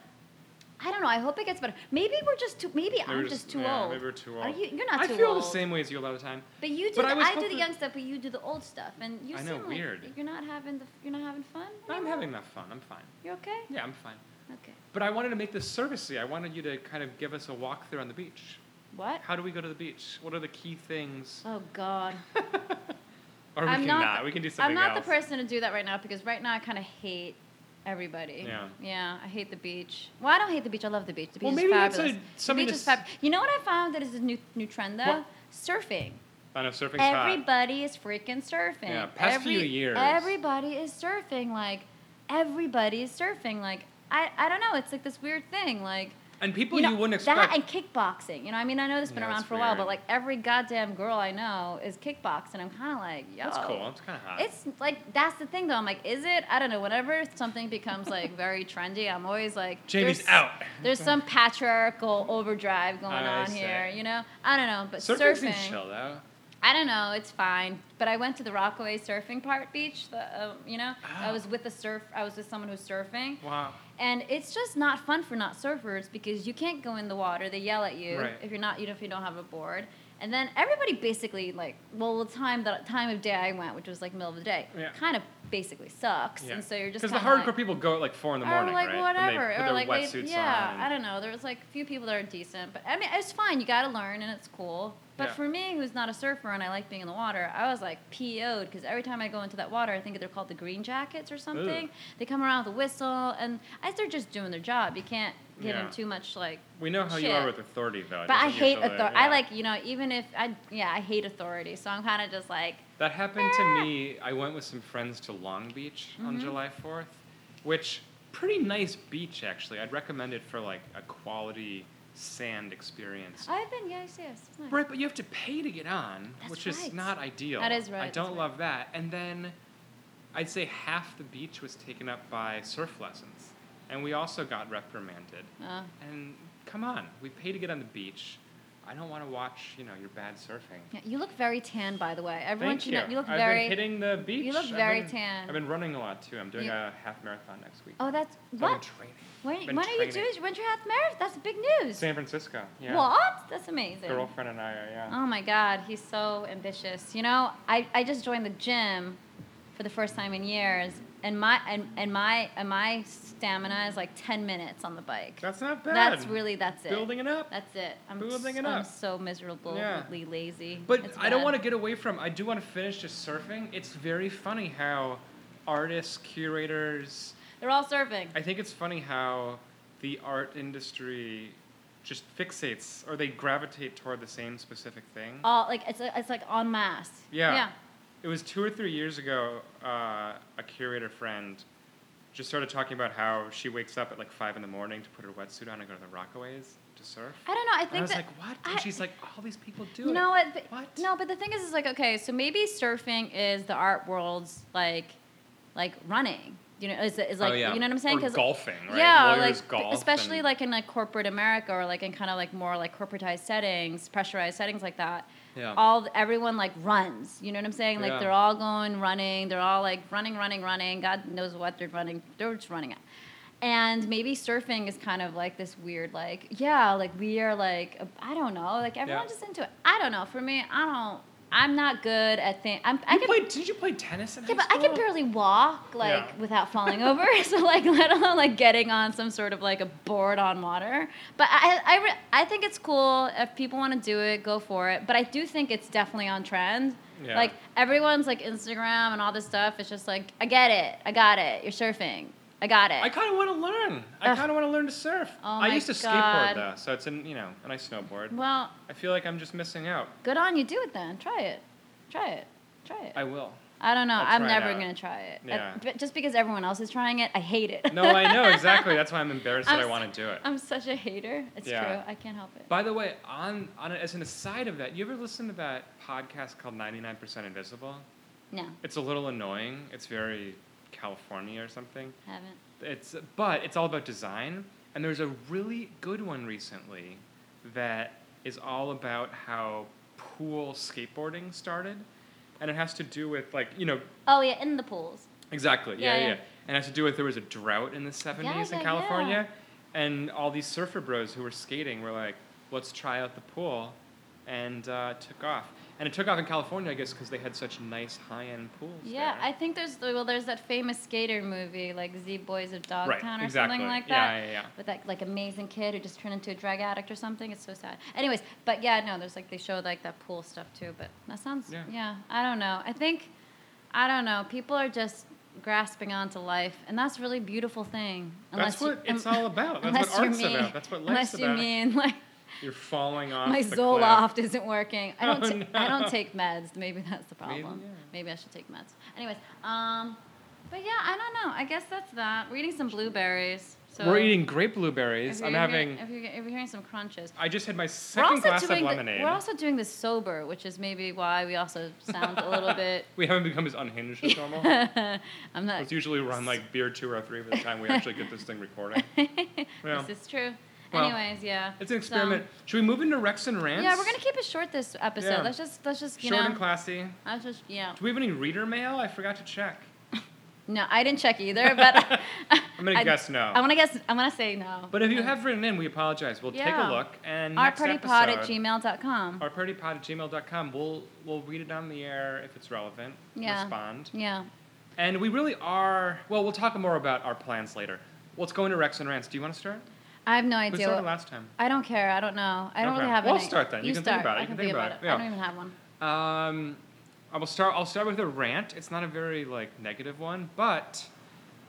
Speaker 2: I don't know. I hope it gets better. Maybe we're just too. Maybe,
Speaker 1: Maybe
Speaker 2: I'm
Speaker 1: we're
Speaker 2: just, too
Speaker 1: yeah,
Speaker 2: old.
Speaker 1: Maybe we're too old.
Speaker 2: Are you? You're not
Speaker 1: I
Speaker 2: too
Speaker 1: feel
Speaker 2: old.
Speaker 1: the same way as you a lot of the time.
Speaker 2: But you do.
Speaker 1: But
Speaker 2: the,
Speaker 1: I
Speaker 2: I,
Speaker 1: was
Speaker 2: do the
Speaker 1: hoping-
Speaker 2: young stuff, but you do the old stuff, and you
Speaker 1: I
Speaker 2: seem
Speaker 1: know,
Speaker 2: like
Speaker 1: weird.
Speaker 2: You're not having the. You're not having fun.
Speaker 1: I'm
Speaker 2: anymore?
Speaker 1: having enough fun. I'm fine.
Speaker 2: You're okay.
Speaker 1: Yeah, I'm fine.
Speaker 2: Okay.
Speaker 1: But I wanted to make this servicey. I wanted you to kind of give us a walkthrough on the beach.
Speaker 2: What?
Speaker 1: How do we go to the beach? What are the key things?
Speaker 2: Oh God.
Speaker 1: Or we
Speaker 2: I'm
Speaker 1: can
Speaker 2: not-
Speaker 1: not. We can do (laughs) something
Speaker 2: I'm not
Speaker 1: else.
Speaker 2: the person to do that right now because right now I kind of hate everybody.
Speaker 1: Yeah.
Speaker 2: Yeah, I hate the beach. Well, I don't hate the beach. I love the beach. The beach
Speaker 1: Well,
Speaker 2: is
Speaker 1: maybe that's
Speaker 2: fabulous.
Speaker 1: a- something to
Speaker 2: the beach is
Speaker 1: s-
Speaker 2: fab- You know what I found that is a new new trend though?
Speaker 1: What?
Speaker 2: Surfing.
Speaker 1: I know surfing's hot.
Speaker 2: Everybody is freaking surfing.
Speaker 1: Yeah, past few years.
Speaker 2: Everybody is surfing. Like everybody is surfing. Like I I don't know. It's like this weird thing. Like
Speaker 1: And people
Speaker 2: you
Speaker 1: you,
Speaker 2: know,
Speaker 1: wouldn't
Speaker 2: That
Speaker 1: expect.
Speaker 2: and kickboxing. You know, I mean, I know this has been
Speaker 1: Yeah,
Speaker 2: around
Speaker 1: that's
Speaker 2: for a while, but
Speaker 1: weird.
Speaker 2: like every goddamn girl I know is kickboxing. I'm kind of like, yo.
Speaker 1: That's cool. It's kind of hot.
Speaker 2: It's like that's the thing though. I'm like, is it? I don't know. Whenever something becomes like very trendy, I'm always like,
Speaker 1: Jamie's
Speaker 2: there's-
Speaker 1: out.
Speaker 2: There's some patriarchal overdrive going
Speaker 1: I
Speaker 2: on
Speaker 1: see.
Speaker 2: here, you know. I don't know, but
Speaker 1: Surfing
Speaker 2: surfing,
Speaker 1: seems chill though.
Speaker 2: I don't know. It's fine. But I went to the Rockaway Surfing Park Beach. The, uh, you know, I
Speaker 1: Oh.
Speaker 2: was with a surf. I was with someone who's surfing,
Speaker 1: Wow.
Speaker 2: and it's just not fun for not surfers because you can't go in the water. They yell at you
Speaker 1: Right.
Speaker 2: if you're not, you know, if you don't have a board. And then everybody basically like, well, the time the time of day I went, which was like middle of the day,
Speaker 1: Yeah.
Speaker 2: kind of basically sucks.
Speaker 1: Yeah.
Speaker 2: And so you're just
Speaker 1: because the
Speaker 2: kinda
Speaker 1: hardcore
Speaker 2: like,
Speaker 1: people go at like four in the
Speaker 2: or
Speaker 1: morning,
Speaker 2: like
Speaker 1: right? And
Speaker 2: whatever,
Speaker 1: they put
Speaker 2: or
Speaker 1: their
Speaker 2: like they-
Speaker 1: wetsuits
Speaker 2: yeah,
Speaker 1: on.
Speaker 2: I don't know. There was like a few people that are decent, but I mean, it's fine. You got to learn, and it's cool. But
Speaker 1: Yeah.
Speaker 2: for me, who's not a surfer and I like being in the water, I was like PO'd because every time I go into that water, I think they're called the green jackets or something.
Speaker 1: Ugh.
Speaker 2: They come around with a whistle, and I they're just doing their job. You can't give
Speaker 1: Yeah.
Speaker 2: them too much like.
Speaker 1: We know how you are
Speaker 2: Shit.
Speaker 1: with authority though.
Speaker 2: But I
Speaker 1: Doesn't
Speaker 2: hate
Speaker 1: usually-
Speaker 2: authority. I
Speaker 1: yeah.
Speaker 2: like you know even if I yeah I hate authority, so I'm kind of just like
Speaker 1: That happened to
Speaker 2: Ah. (laughs)
Speaker 1: me. I went with some friends to Long Beach on
Speaker 2: Mm-hmm.
Speaker 1: July 4th, which pretty nice beach actually. I'd recommend it for like a quality sand experience.
Speaker 2: I've been yes yes. it's nice."
Speaker 1: Right, but you have to pay to get on,
Speaker 2: Oh. That's
Speaker 1: which is
Speaker 2: right.
Speaker 1: not ideal.
Speaker 2: That is
Speaker 1: I
Speaker 2: right,
Speaker 1: don't
Speaker 2: that's right.
Speaker 1: love that. And then I'd say half the beach was taken up by surf lessons. And we also got reprimanded.
Speaker 2: Uh,
Speaker 1: And come on, we pay to get on the beach. I don't want to watch, you know, your bad surfing.
Speaker 2: yeah, you look very tan, by the way. Everyone
Speaker 1: Thank
Speaker 2: should
Speaker 1: you.
Speaker 2: know you look
Speaker 1: I've
Speaker 2: very.
Speaker 1: been hitting the beach.
Speaker 2: look
Speaker 1: I've
Speaker 2: very
Speaker 1: been-
Speaker 2: tan.
Speaker 1: I've been running a lot too. I'm doing
Speaker 2: You-
Speaker 1: a half marathon next week.
Speaker 2: Oh, that's
Speaker 1: So I've been
Speaker 2: what?
Speaker 1: training.
Speaker 2: When,
Speaker 1: been
Speaker 2: when are you doing?
Speaker 1: training.
Speaker 2: When's your half marathon? That's big news.
Speaker 1: San Francisco. Yeah.
Speaker 2: What? That's amazing.
Speaker 1: Girlfriend and I are yeah.
Speaker 2: Oh my God, he's so ambitious. You know, I, I just joined the gym for the first time in years, and my and, and my and my stamina is like ten minutes on the bike.
Speaker 1: That's not bad.
Speaker 2: That's really that's it.
Speaker 1: building it up.
Speaker 2: That's it. I'm
Speaker 1: Building
Speaker 2: s-
Speaker 1: it
Speaker 2: I'm
Speaker 1: up.
Speaker 2: so miserably
Speaker 1: Yeah.
Speaker 2: lazy.
Speaker 1: But
Speaker 2: It's
Speaker 1: I don't
Speaker 2: bad.
Speaker 1: want to get away from. I do want to finish just surfing. It's very funny how artists, curators.
Speaker 2: They're all surfing.
Speaker 1: I think it's funny how the art industry just fixates or they gravitate toward the same specific thing.
Speaker 2: All like it's it's like en masse.
Speaker 1: Yeah.
Speaker 2: Yeah.
Speaker 1: It was two or three years ago. Uh, a curator friend just started talking about how she wakes up at like five in the morning to put her wetsuit on and go to the Rockaways to surf.
Speaker 2: I don't know. I think
Speaker 1: And I was
Speaker 2: that,
Speaker 1: like, what? And
Speaker 2: I-
Speaker 1: she's like, all these people do
Speaker 2: You
Speaker 1: it.
Speaker 2: know what? But,
Speaker 1: What?
Speaker 2: No, but the thing is, is like okay, so maybe surfing is the art world's like, like running. You know, is, is like you know what I'm saying?
Speaker 1: Oh, Or golfing, right?
Speaker 2: yeah, or,
Speaker 1: Lawyers
Speaker 2: like
Speaker 1: golf
Speaker 2: especially
Speaker 1: and-
Speaker 2: like in like corporate America or like in kind of like more like corporatized settings, pressurized settings like that.
Speaker 1: Yeah.
Speaker 2: All everyone like runs. You know what I'm saying? Like
Speaker 1: Yeah.
Speaker 2: they're all going running. They're all like running, running, running. God knows what they're running. They're just running at. and maybe surfing is kind of like this weird like yeah like we are like I don't know like everyone's
Speaker 1: Yeah.
Speaker 2: just into it. I don't know. For me, I don't. I'm not good at things. I'm. I
Speaker 1: You
Speaker 2: can,
Speaker 1: played, did you play tennis in
Speaker 2: yeah,
Speaker 1: high
Speaker 2: but I
Speaker 1: school?
Speaker 2: can barely walk like
Speaker 1: Yeah.
Speaker 2: without
Speaker 1: (laughs)
Speaker 2: falling over. so like (laughs) let alone like getting on some sort of like a board on water. But I I, re- I think it's cool if people want to do it, go for it. But I do think it's definitely on trend.
Speaker 1: Yeah.
Speaker 2: Like everyone's like Instagram and all this stuff. It's just like I get it, I got it. You're surfing, I got it.
Speaker 1: I kind of want to learn. I
Speaker 2: Ugh.
Speaker 1: kind of want to learn to surf.
Speaker 2: Oh
Speaker 1: I
Speaker 2: my
Speaker 1: used to skateboard
Speaker 2: God.
Speaker 1: though, so it's an you know, and I snowboard.
Speaker 2: well,
Speaker 1: I feel like I'm just missing out.
Speaker 2: good on you. Do it then. Try it. Try it. Try it.
Speaker 1: I will.
Speaker 2: I don't know.
Speaker 1: I'll
Speaker 2: I'm
Speaker 1: try it
Speaker 2: never
Speaker 1: out.
Speaker 2: gonna try it. I-
Speaker 1: Yeah.
Speaker 2: but just because everyone else is trying it, I hate it.
Speaker 1: No, I know exactly. That's why I'm embarrassed
Speaker 2: I'm
Speaker 1: that I
Speaker 2: s-
Speaker 1: want to do it.
Speaker 2: (laughs) I'm such a hater. It's
Speaker 1: Yeah.
Speaker 2: true. I can't help it.
Speaker 1: By the way, on, on as an aside of that, you ever listen to that podcast called 99% Invisible?
Speaker 2: No,
Speaker 1: It's a little annoying. It's very California or something.
Speaker 2: haven't.
Speaker 1: It's but it's all about design, and there's a really good one recently that is all about how pool skateboarding started, and it has to do with like you know
Speaker 2: Oh yeah, in the pools.
Speaker 1: Exactly. Yeah,
Speaker 2: Yeah,
Speaker 1: yeah.
Speaker 2: yeah.
Speaker 1: And it has to do with there was a drought in the 70s
Speaker 2: yeah,
Speaker 1: in
Speaker 2: yeah.
Speaker 1: California, and all these surfer bros who were skating were like, "Let's try out the pool," and uh, took off. And it took off in California, I guess, because they had such nice high-end pools.
Speaker 2: Yeah,
Speaker 1: there.
Speaker 2: I think there's well, there's that famous skater movie like Z Boys of Dogtown
Speaker 1: right.
Speaker 2: or
Speaker 1: exactly.
Speaker 2: something like that.
Speaker 1: yeah, Yeah, yeah,
Speaker 2: With that like amazing kid who just turned into a drug addict or something. It's so sad. Anyways, but yeah, no, there's like they show like that pool stuff too. But that sounds
Speaker 1: Yeah.
Speaker 2: yeah. I don't know. I think I don't know. People are just grasping onto life, and that's a really beautiful thing.
Speaker 1: That's
Speaker 2: you- um,
Speaker 1: what it's all about. That's
Speaker 2: unless
Speaker 1: what
Speaker 2: you
Speaker 1: art's
Speaker 2: mean-
Speaker 1: about. That's what life's
Speaker 2: unless you
Speaker 1: about.
Speaker 2: mean (laughs) like.
Speaker 1: You're falling off.
Speaker 2: my
Speaker 1: the
Speaker 2: Zoloft
Speaker 1: cliff.
Speaker 2: (laughs) isn't working. I don't.
Speaker 1: Oh,
Speaker 2: ta- I
Speaker 1: no.
Speaker 2: don't take meds. Maybe that's the
Speaker 1: Maybe,
Speaker 2: problem. Maybe,
Speaker 1: yeah.
Speaker 2: I should take meds. Anyways, um, but yeah, I don't know. I guess that's that. We're eating some blueberries. So
Speaker 1: We're eating grape
Speaker 2: If
Speaker 1: blueberries.
Speaker 2: you're
Speaker 1: I'm
Speaker 2: hearing-
Speaker 1: having.
Speaker 2: If you're, if you're hearing some crunches.
Speaker 1: I just had my
Speaker 2: We're
Speaker 1: second
Speaker 2: also,
Speaker 1: glass of
Speaker 2: doing the-
Speaker 1: lemonade.
Speaker 2: we're also doing this sober, which is maybe why we also sound
Speaker 1: (laughs)
Speaker 2: a little bit.
Speaker 1: we haven't become as unhinged as
Speaker 2: (laughs)
Speaker 1: normal.
Speaker 2: I'm not.
Speaker 1: It's usually around like beer two or three by the time we actually get this thing
Speaker 2: (laughs)
Speaker 1: recording. Yeah.
Speaker 2: This is true.
Speaker 1: Well,
Speaker 2: Anyways, yeah.
Speaker 1: It's an
Speaker 2: So-
Speaker 1: experiment. Should we move into Rex and Rants?
Speaker 2: yeah, we're gonna keep it short this episode.
Speaker 1: Yeah.
Speaker 2: Let's just let's just you
Speaker 1: Short
Speaker 2: know.
Speaker 1: and classy.
Speaker 2: let's just yeah.
Speaker 1: Do we have any reader mail? I forgot to check.
Speaker 2: No, I didn't check either, but
Speaker 1: (laughs) I'm gonna
Speaker 2: (laughs) I-
Speaker 1: guess no.
Speaker 2: I want to guess. I'm gonna say no.
Speaker 1: Oh. but if you have written in, we apologize. We'll take
Speaker 2: Yeah.
Speaker 1: a look and next
Speaker 2: artpartypod at
Speaker 1: episode,
Speaker 2: gmail.com.
Speaker 1: ourpartypod at gmail.com. We'll we'll read it on the air if it's relevant.
Speaker 2: Yeah.
Speaker 1: Respond.
Speaker 2: Yeah.
Speaker 1: And we really are. Well, we'll talk more about our plans later. Let's go into Rex and Rants. Do you want to start?
Speaker 2: I have no
Speaker 1: Who
Speaker 2: idea.
Speaker 1: started
Speaker 2: what-
Speaker 1: last time?
Speaker 2: I don't care. I don't know. I don't
Speaker 1: Okay.
Speaker 2: really have
Speaker 1: We'll
Speaker 2: any.
Speaker 1: start then. You can think
Speaker 2: start.
Speaker 1: about it.
Speaker 2: I
Speaker 1: You can think about it.
Speaker 2: I
Speaker 1: Yeah.
Speaker 2: don't even have one.
Speaker 1: Um, I will start. I'll start with a rant. It's not a very like negative one, but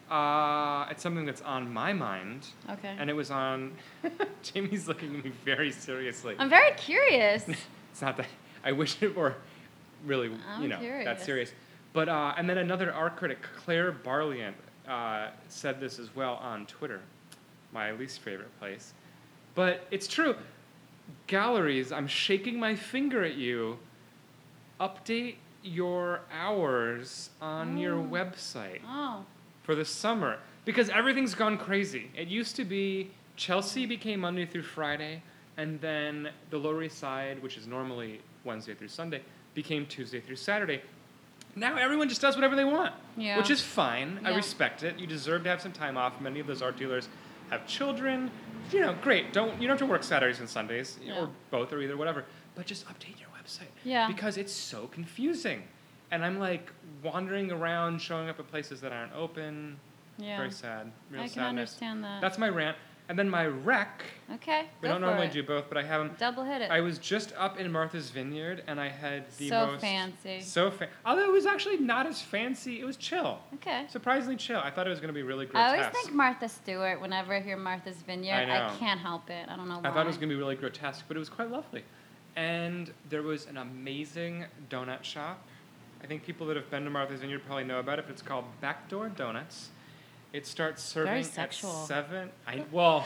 Speaker 1: uh, it's something that's on my mind,
Speaker 2: Okay.
Speaker 1: and it was on. (laughs) Jamie's looking at me very seriously.
Speaker 2: I'm very
Speaker 1: (laughs)
Speaker 2: curious.
Speaker 1: it's not that I wish it were really, you
Speaker 2: I'm
Speaker 1: know, that
Speaker 2: curious.
Speaker 1: serious. But uh, and then another art critic, Claire Barliant, uh, said this as well on Twitter, my least favorite place. But it's true. Galleries, I'm shaking my finger at you. Update your hours on your
Speaker 2: Mm.
Speaker 1: website
Speaker 2: oh.
Speaker 1: for the summer because everything's gone crazy. It used to be Chelsea became Monday through Friday, and then the Lower East Side, which is normally Wednesday through Sunday, became Tuesday through Saturday. Now everyone just does whatever they want,
Speaker 2: Yeah.
Speaker 1: which is fine. I
Speaker 2: Yeah.
Speaker 1: respect it. You deserve to have some time off. Many of those art dealers have children. You know, great. Don't you don't have to work Saturdays and Sundays you know, or
Speaker 2: Yeah.
Speaker 1: both or either, whatever. But just update your website
Speaker 2: Yeah.
Speaker 1: because it's so confusing. And I'm like wandering around, showing up at places that aren't open.
Speaker 2: Yeah.
Speaker 1: Very sad. Real
Speaker 2: I can
Speaker 1: sadness.
Speaker 2: understand that.
Speaker 1: That's my rant. And then my rec.
Speaker 2: okay.
Speaker 1: We
Speaker 2: go
Speaker 1: don't
Speaker 2: for
Speaker 1: normally
Speaker 2: it.
Speaker 1: do both, but I have them.
Speaker 2: Double hit it.
Speaker 1: I was just up in Martha's Vineyard, and I had the
Speaker 2: so
Speaker 1: most
Speaker 2: fancy.
Speaker 1: So fa- although it was actually not as fancy, it was chill.
Speaker 2: okay.
Speaker 1: Surprisingly chill. I thought it was going to be really
Speaker 2: I
Speaker 1: grotesque.
Speaker 2: always think Martha Stewart whenever I hear Martha's Vineyard.
Speaker 1: I know.
Speaker 2: can't help it. I don't know why.
Speaker 1: I thought it was going to be really grotesque, but it was quite lovely. And there was an amazing donut shop. I think people that have been to Martha's Vineyard probably know about it, but it's called Backdoor Donuts. It starts serving
Speaker 2: Very
Speaker 1: at
Speaker 2: sexual.
Speaker 1: seven. I well,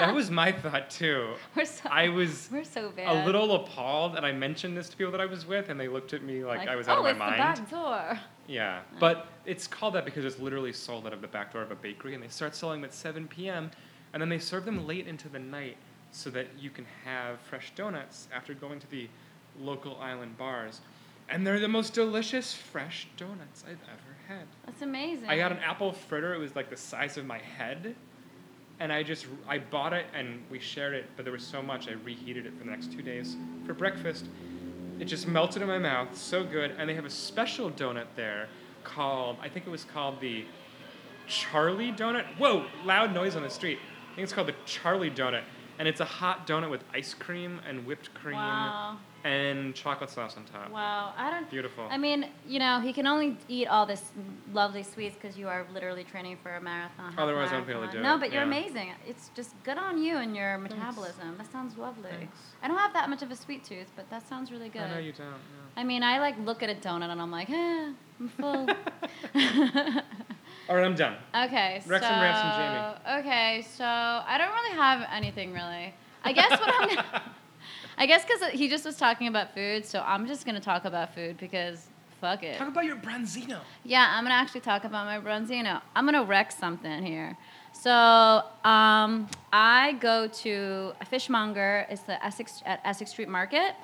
Speaker 1: that was my thought too.
Speaker 2: (laughs) We're so,
Speaker 1: I was
Speaker 2: we're so bad.
Speaker 1: a little appalled, and I mentioned this to people that I was with, and they looked at me like, I was out
Speaker 2: oh,
Speaker 1: of my
Speaker 2: it's
Speaker 1: mind.
Speaker 2: the back door.
Speaker 1: Yeah, but it's called that because it's literally sold out of the back door of a bakery, and they start selling them at 7 p.m., and then they serve them late into the night so that you can have fresh donuts after going to the local island bars. And they're the most delicious fresh donuts I've ever head.
Speaker 2: That's amazing.
Speaker 1: I got an apple fritter. It was like the size of my head, and I just I bought it and we shared it. But there was so much I reheated it for the next two days for breakfast. It just melted in my mouth, so good. And they have a special donut there called I think it was called the Charlie donut. Whoa, loud noise on the street. I think it's called the Charlie donut, and it's a hot donut with ice cream and whipped cream
Speaker 2: Wow.
Speaker 1: and chocolate sauce on top.
Speaker 2: Wow. I don't.
Speaker 1: Beautiful.
Speaker 2: I mean, you know, he can only eat all this lovely sweets because you are literally training for a marathon. half
Speaker 1: Otherwise, I won't be able to
Speaker 2: marathon.
Speaker 1: do
Speaker 2: No,
Speaker 1: it,
Speaker 2: but you're
Speaker 1: yeah.
Speaker 2: amazing. It's just good on you and your metabolism. That sounds lovely.
Speaker 1: Thanks.
Speaker 2: I don't have that much of a sweet tooth, but that sounds really good.
Speaker 1: I know you don't.
Speaker 2: I mean, I like look at a donut and I'm like, eh,
Speaker 1: (laughs)
Speaker 2: I'm full.
Speaker 1: yeah. All right, I'm done.
Speaker 2: Okay,
Speaker 1: Rex
Speaker 2: so
Speaker 1: and Ransom
Speaker 2: okay, so I don't really have anything really. I guess what I'm gonna, (laughs) I guess because he just was talking about food, so I'm just gonna talk about food because fuck it.
Speaker 1: Talk about your branzino.
Speaker 2: Yeah, I'm gonna actually talk about my bronzino. I'm gonna wreck something here. So um, I go to a fishmonger. It's the Essex at Essex Street Market,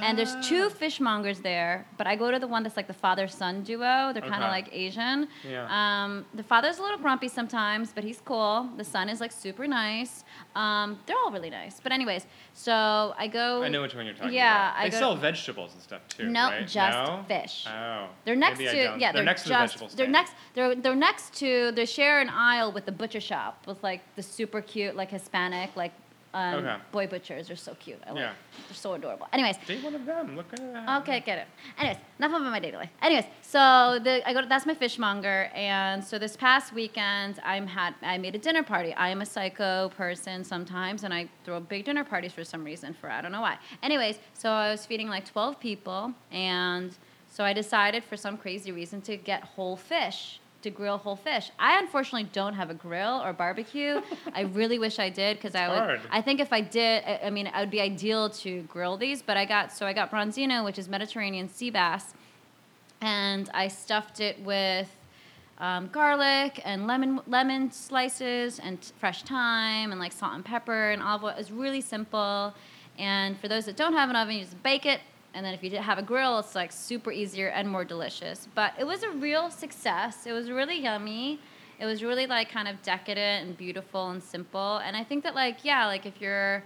Speaker 2: and
Speaker 1: Ah.
Speaker 2: there's two fishmongers there. But I go to the one that's like the father son duo. They're kind
Speaker 1: Okay.
Speaker 2: of like Asian.
Speaker 1: Yeah.
Speaker 2: Um, the father's a little grumpy sometimes, but he's cool. The son is like super nice. Um, they're all really nice. But anyways, so I go.
Speaker 1: I know which one you're talking
Speaker 2: yeah,
Speaker 1: about.
Speaker 2: I
Speaker 1: they
Speaker 2: go-
Speaker 1: sell vegetables and stuff too.
Speaker 2: No,
Speaker 1: right?
Speaker 2: just
Speaker 1: No?
Speaker 2: fish.
Speaker 1: Oh,
Speaker 2: They're next
Speaker 1: Maybe I
Speaker 2: to
Speaker 1: don't.
Speaker 2: yeah. They're,
Speaker 1: next
Speaker 2: just,
Speaker 1: to the vegetable stand.
Speaker 2: They're next. They're they're next to. They share an aisle with the butcher shop with like the super cute like Hispanic like um,
Speaker 1: Okay.
Speaker 2: boy butchers. They're so cute. I love
Speaker 1: Yeah.
Speaker 2: They're so adorable. Anyways,
Speaker 1: Date one of them. Look at that.
Speaker 2: Okay, get it. Anyways, enough about my daily life. Anyways, so the I go to, that's my fishmonger, and so this past weekend I'm had I made a dinner party. I am a psycho person sometimes, and I throw big dinner parties for some reason for I don't know why. Anyways, so I was feeding like twelve people, and so I decided for some crazy reason to get whole fish to grill whole fish. I unfortunately don't have a grill or barbecue. I really wish I did because I would.
Speaker 1: hard.
Speaker 2: I think if I did, I, I mean, it would be ideal to grill these. But I got so I got bronzino, which is Mediterranean sea bass, and I stuffed it with um, garlic and lemon lemon slices and t- fresh thyme and like salt and pepper and olive oil. It's really simple. And for those that don't have an oven, you just bake it. And then if you did have a grill, it's like super easier and more delicious. But it was a real success. It was really yummy. It was really like kind of decadent and beautiful and simple. And I think that like yeah, like if you're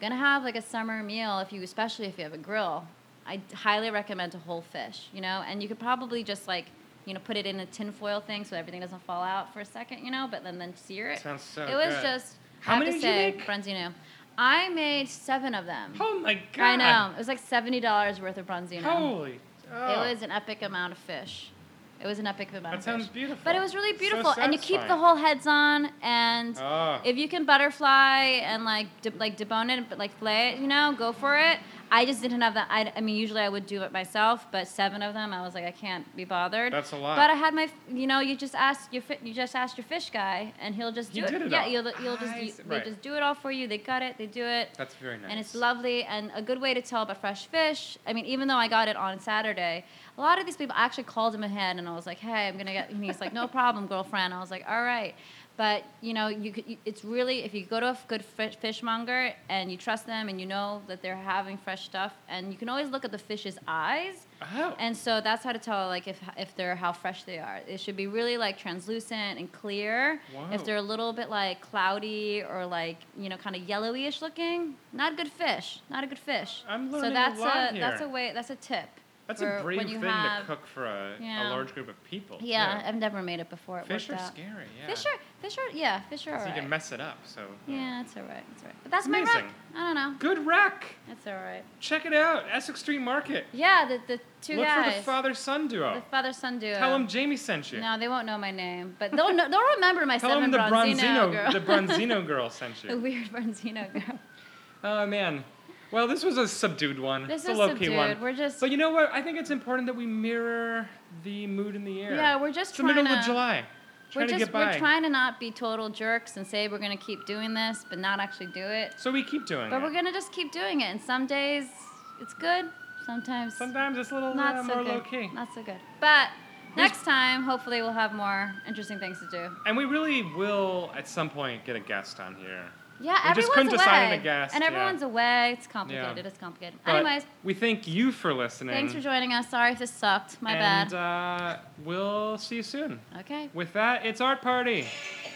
Speaker 2: gonna have like a summer meal if you especially if you have a grill i d- highly recommend a whole fish you know and you could probably just like you know put it in a tinfoil thing so everything doesn't fall out for a second you know but then then sear it
Speaker 1: Sounds so
Speaker 2: it was
Speaker 1: good.
Speaker 2: just
Speaker 1: How
Speaker 2: I have
Speaker 1: many
Speaker 2: to
Speaker 1: did you
Speaker 2: say,
Speaker 1: make?
Speaker 2: bronzino i made seven of them
Speaker 1: Oh my god.
Speaker 2: i know it was like $70 worth of bronzino
Speaker 1: Holy.
Speaker 2: it
Speaker 1: Oh.
Speaker 2: was an epic amount of fish. It was an epic amount
Speaker 1: That
Speaker 2: of fish.
Speaker 1: sounds beautiful.
Speaker 2: But it was really
Speaker 1: So
Speaker 2: beautiful, and you keep the
Speaker 1: satisfying.
Speaker 2: whole heads on, and
Speaker 1: Ah.
Speaker 2: if you can butterfly and like de- like debone it, but like fillet it, you know, go for it. I just didn't have that. I, I mean, usually I would do it myself, but seven of them, I was like, I can't be bothered.
Speaker 1: That's a lot.
Speaker 2: But I had my, you know, you just ask your fi- you just ask your fish guy, and he'll just do
Speaker 1: He did it
Speaker 2: yeah,
Speaker 1: all.
Speaker 2: you'll you'll just
Speaker 1: I
Speaker 2: you,
Speaker 1: see.
Speaker 2: they
Speaker 1: Right.
Speaker 2: just do it all for you. They cut it, they do it.
Speaker 1: That's very nice.
Speaker 2: And it's lovely and a good way to tell about fresh fish. I mean, even though I got it on Saturday, a lot of these people I actually called him ahead and I was like, hey, I'm going to get, and he's like, no problem, girlfriend. I was like, all right. But, you know, you, could- you it's really, if you go to a good fish, fishmonger and you trust them and you know that they're having fresh stuff, and you can always look at the fish's eyes.
Speaker 1: Oh.
Speaker 2: And so that's how to tell like if if they're how fresh they are. It should be really like translucent and clear.
Speaker 1: Wow.
Speaker 2: If they're a little bit like cloudy or like you know kind of yellowish looking, not a good fish. Not a good fish.
Speaker 1: I'm
Speaker 2: so
Speaker 1: learning a
Speaker 2: that's
Speaker 1: lot
Speaker 2: a that's a
Speaker 1: here.
Speaker 2: way that's a tip.
Speaker 1: That's
Speaker 2: for
Speaker 1: a brave
Speaker 2: when you
Speaker 1: thing
Speaker 2: have-
Speaker 1: to cook for a,
Speaker 2: Yeah.
Speaker 1: a large group of people.
Speaker 2: Yeah,
Speaker 1: too.
Speaker 2: I've never made it before. It
Speaker 1: Fish are
Speaker 2: worked out.
Speaker 1: scary. Yeah.
Speaker 2: Fish are fish are yeah fish
Speaker 1: So
Speaker 2: are
Speaker 1: you
Speaker 2: alright.
Speaker 1: can mess it up. So.
Speaker 2: yeah, it's alright. It's alright. But that's my
Speaker 1: Amazing.
Speaker 2: wreck. I don't know.
Speaker 1: Good wreck.
Speaker 2: It's alright.
Speaker 1: Check it out. Essex Street Market.
Speaker 2: Yeah, the the two
Speaker 1: Look
Speaker 2: guys.
Speaker 1: for the father-son duo.
Speaker 2: son duo.
Speaker 1: Tell them Jamie sent you.
Speaker 2: No, they won't know my name, but they'll know, they'll remember my
Speaker 1: Tell them
Speaker 2: seven
Speaker 1: the
Speaker 2: Bronzino,
Speaker 1: Bronzino,
Speaker 2: girl.
Speaker 1: the
Speaker 2: (laughs)
Speaker 1: Bronzino girl sent
Speaker 2: the
Speaker 1: you.
Speaker 2: weird (laughs) Bronzino girl.
Speaker 1: Oh man. Well, this was a subdued one.
Speaker 2: This
Speaker 1: it's a
Speaker 2: is
Speaker 1: low key
Speaker 2: subdued.
Speaker 1: one.
Speaker 2: We're just
Speaker 1: But you know what? I think it's important that we mirror the mood in the air.
Speaker 2: yeah, we're just
Speaker 1: it's the
Speaker 2: trying
Speaker 1: middle
Speaker 2: to.
Speaker 1: of July.
Speaker 2: we're
Speaker 1: Trying
Speaker 2: just
Speaker 1: to get by.
Speaker 2: we're trying to not be total jerks and say we're gonna keep doing this, but not actually do it.
Speaker 1: So we keep doing
Speaker 2: But
Speaker 1: it.
Speaker 2: we're gonna just keep doing it, and some days it's good, sometimes
Speaker 1: Sometimes it's a little
Speaker 2: not
Speaker 1: uh,
Speaker 2: so
Speaker 1: more
Speaker 2: good,
Speaker 1: low key.
Speaker 2: not so good. But
Speaker 1: Here's-
Speaker 2: next time, hopefully, we'll have more interesting things to do.
Speaker 1: And we really will at some point get a guest on here.
Speaker 2: Yeah,
Speaker 1: We
Speaker 2: everyone's
Speaker 1: just couldn't
Speaker 2: away.
Speaker 1: decide on a guest,
Speaker 2: And
Speaker 1: yeah.
Speaker 2: everyone's away. It's complicated.
Speaker 1: Yeah.
Speaker 2: It's complicated.
Speaker 1: But
Speaker 2: Anyways,
Speaker 1: we thank you for listening.
Speaker 2: thanks for joining us. Sorry if this sucked. My
Speaker 1: and,
Speaker 2: bad.
Speaker 1: uh, we'll see you soon.
Speaker 2: okay.
Speaker 1: With that, it's art party.
Speaker 2: Oh,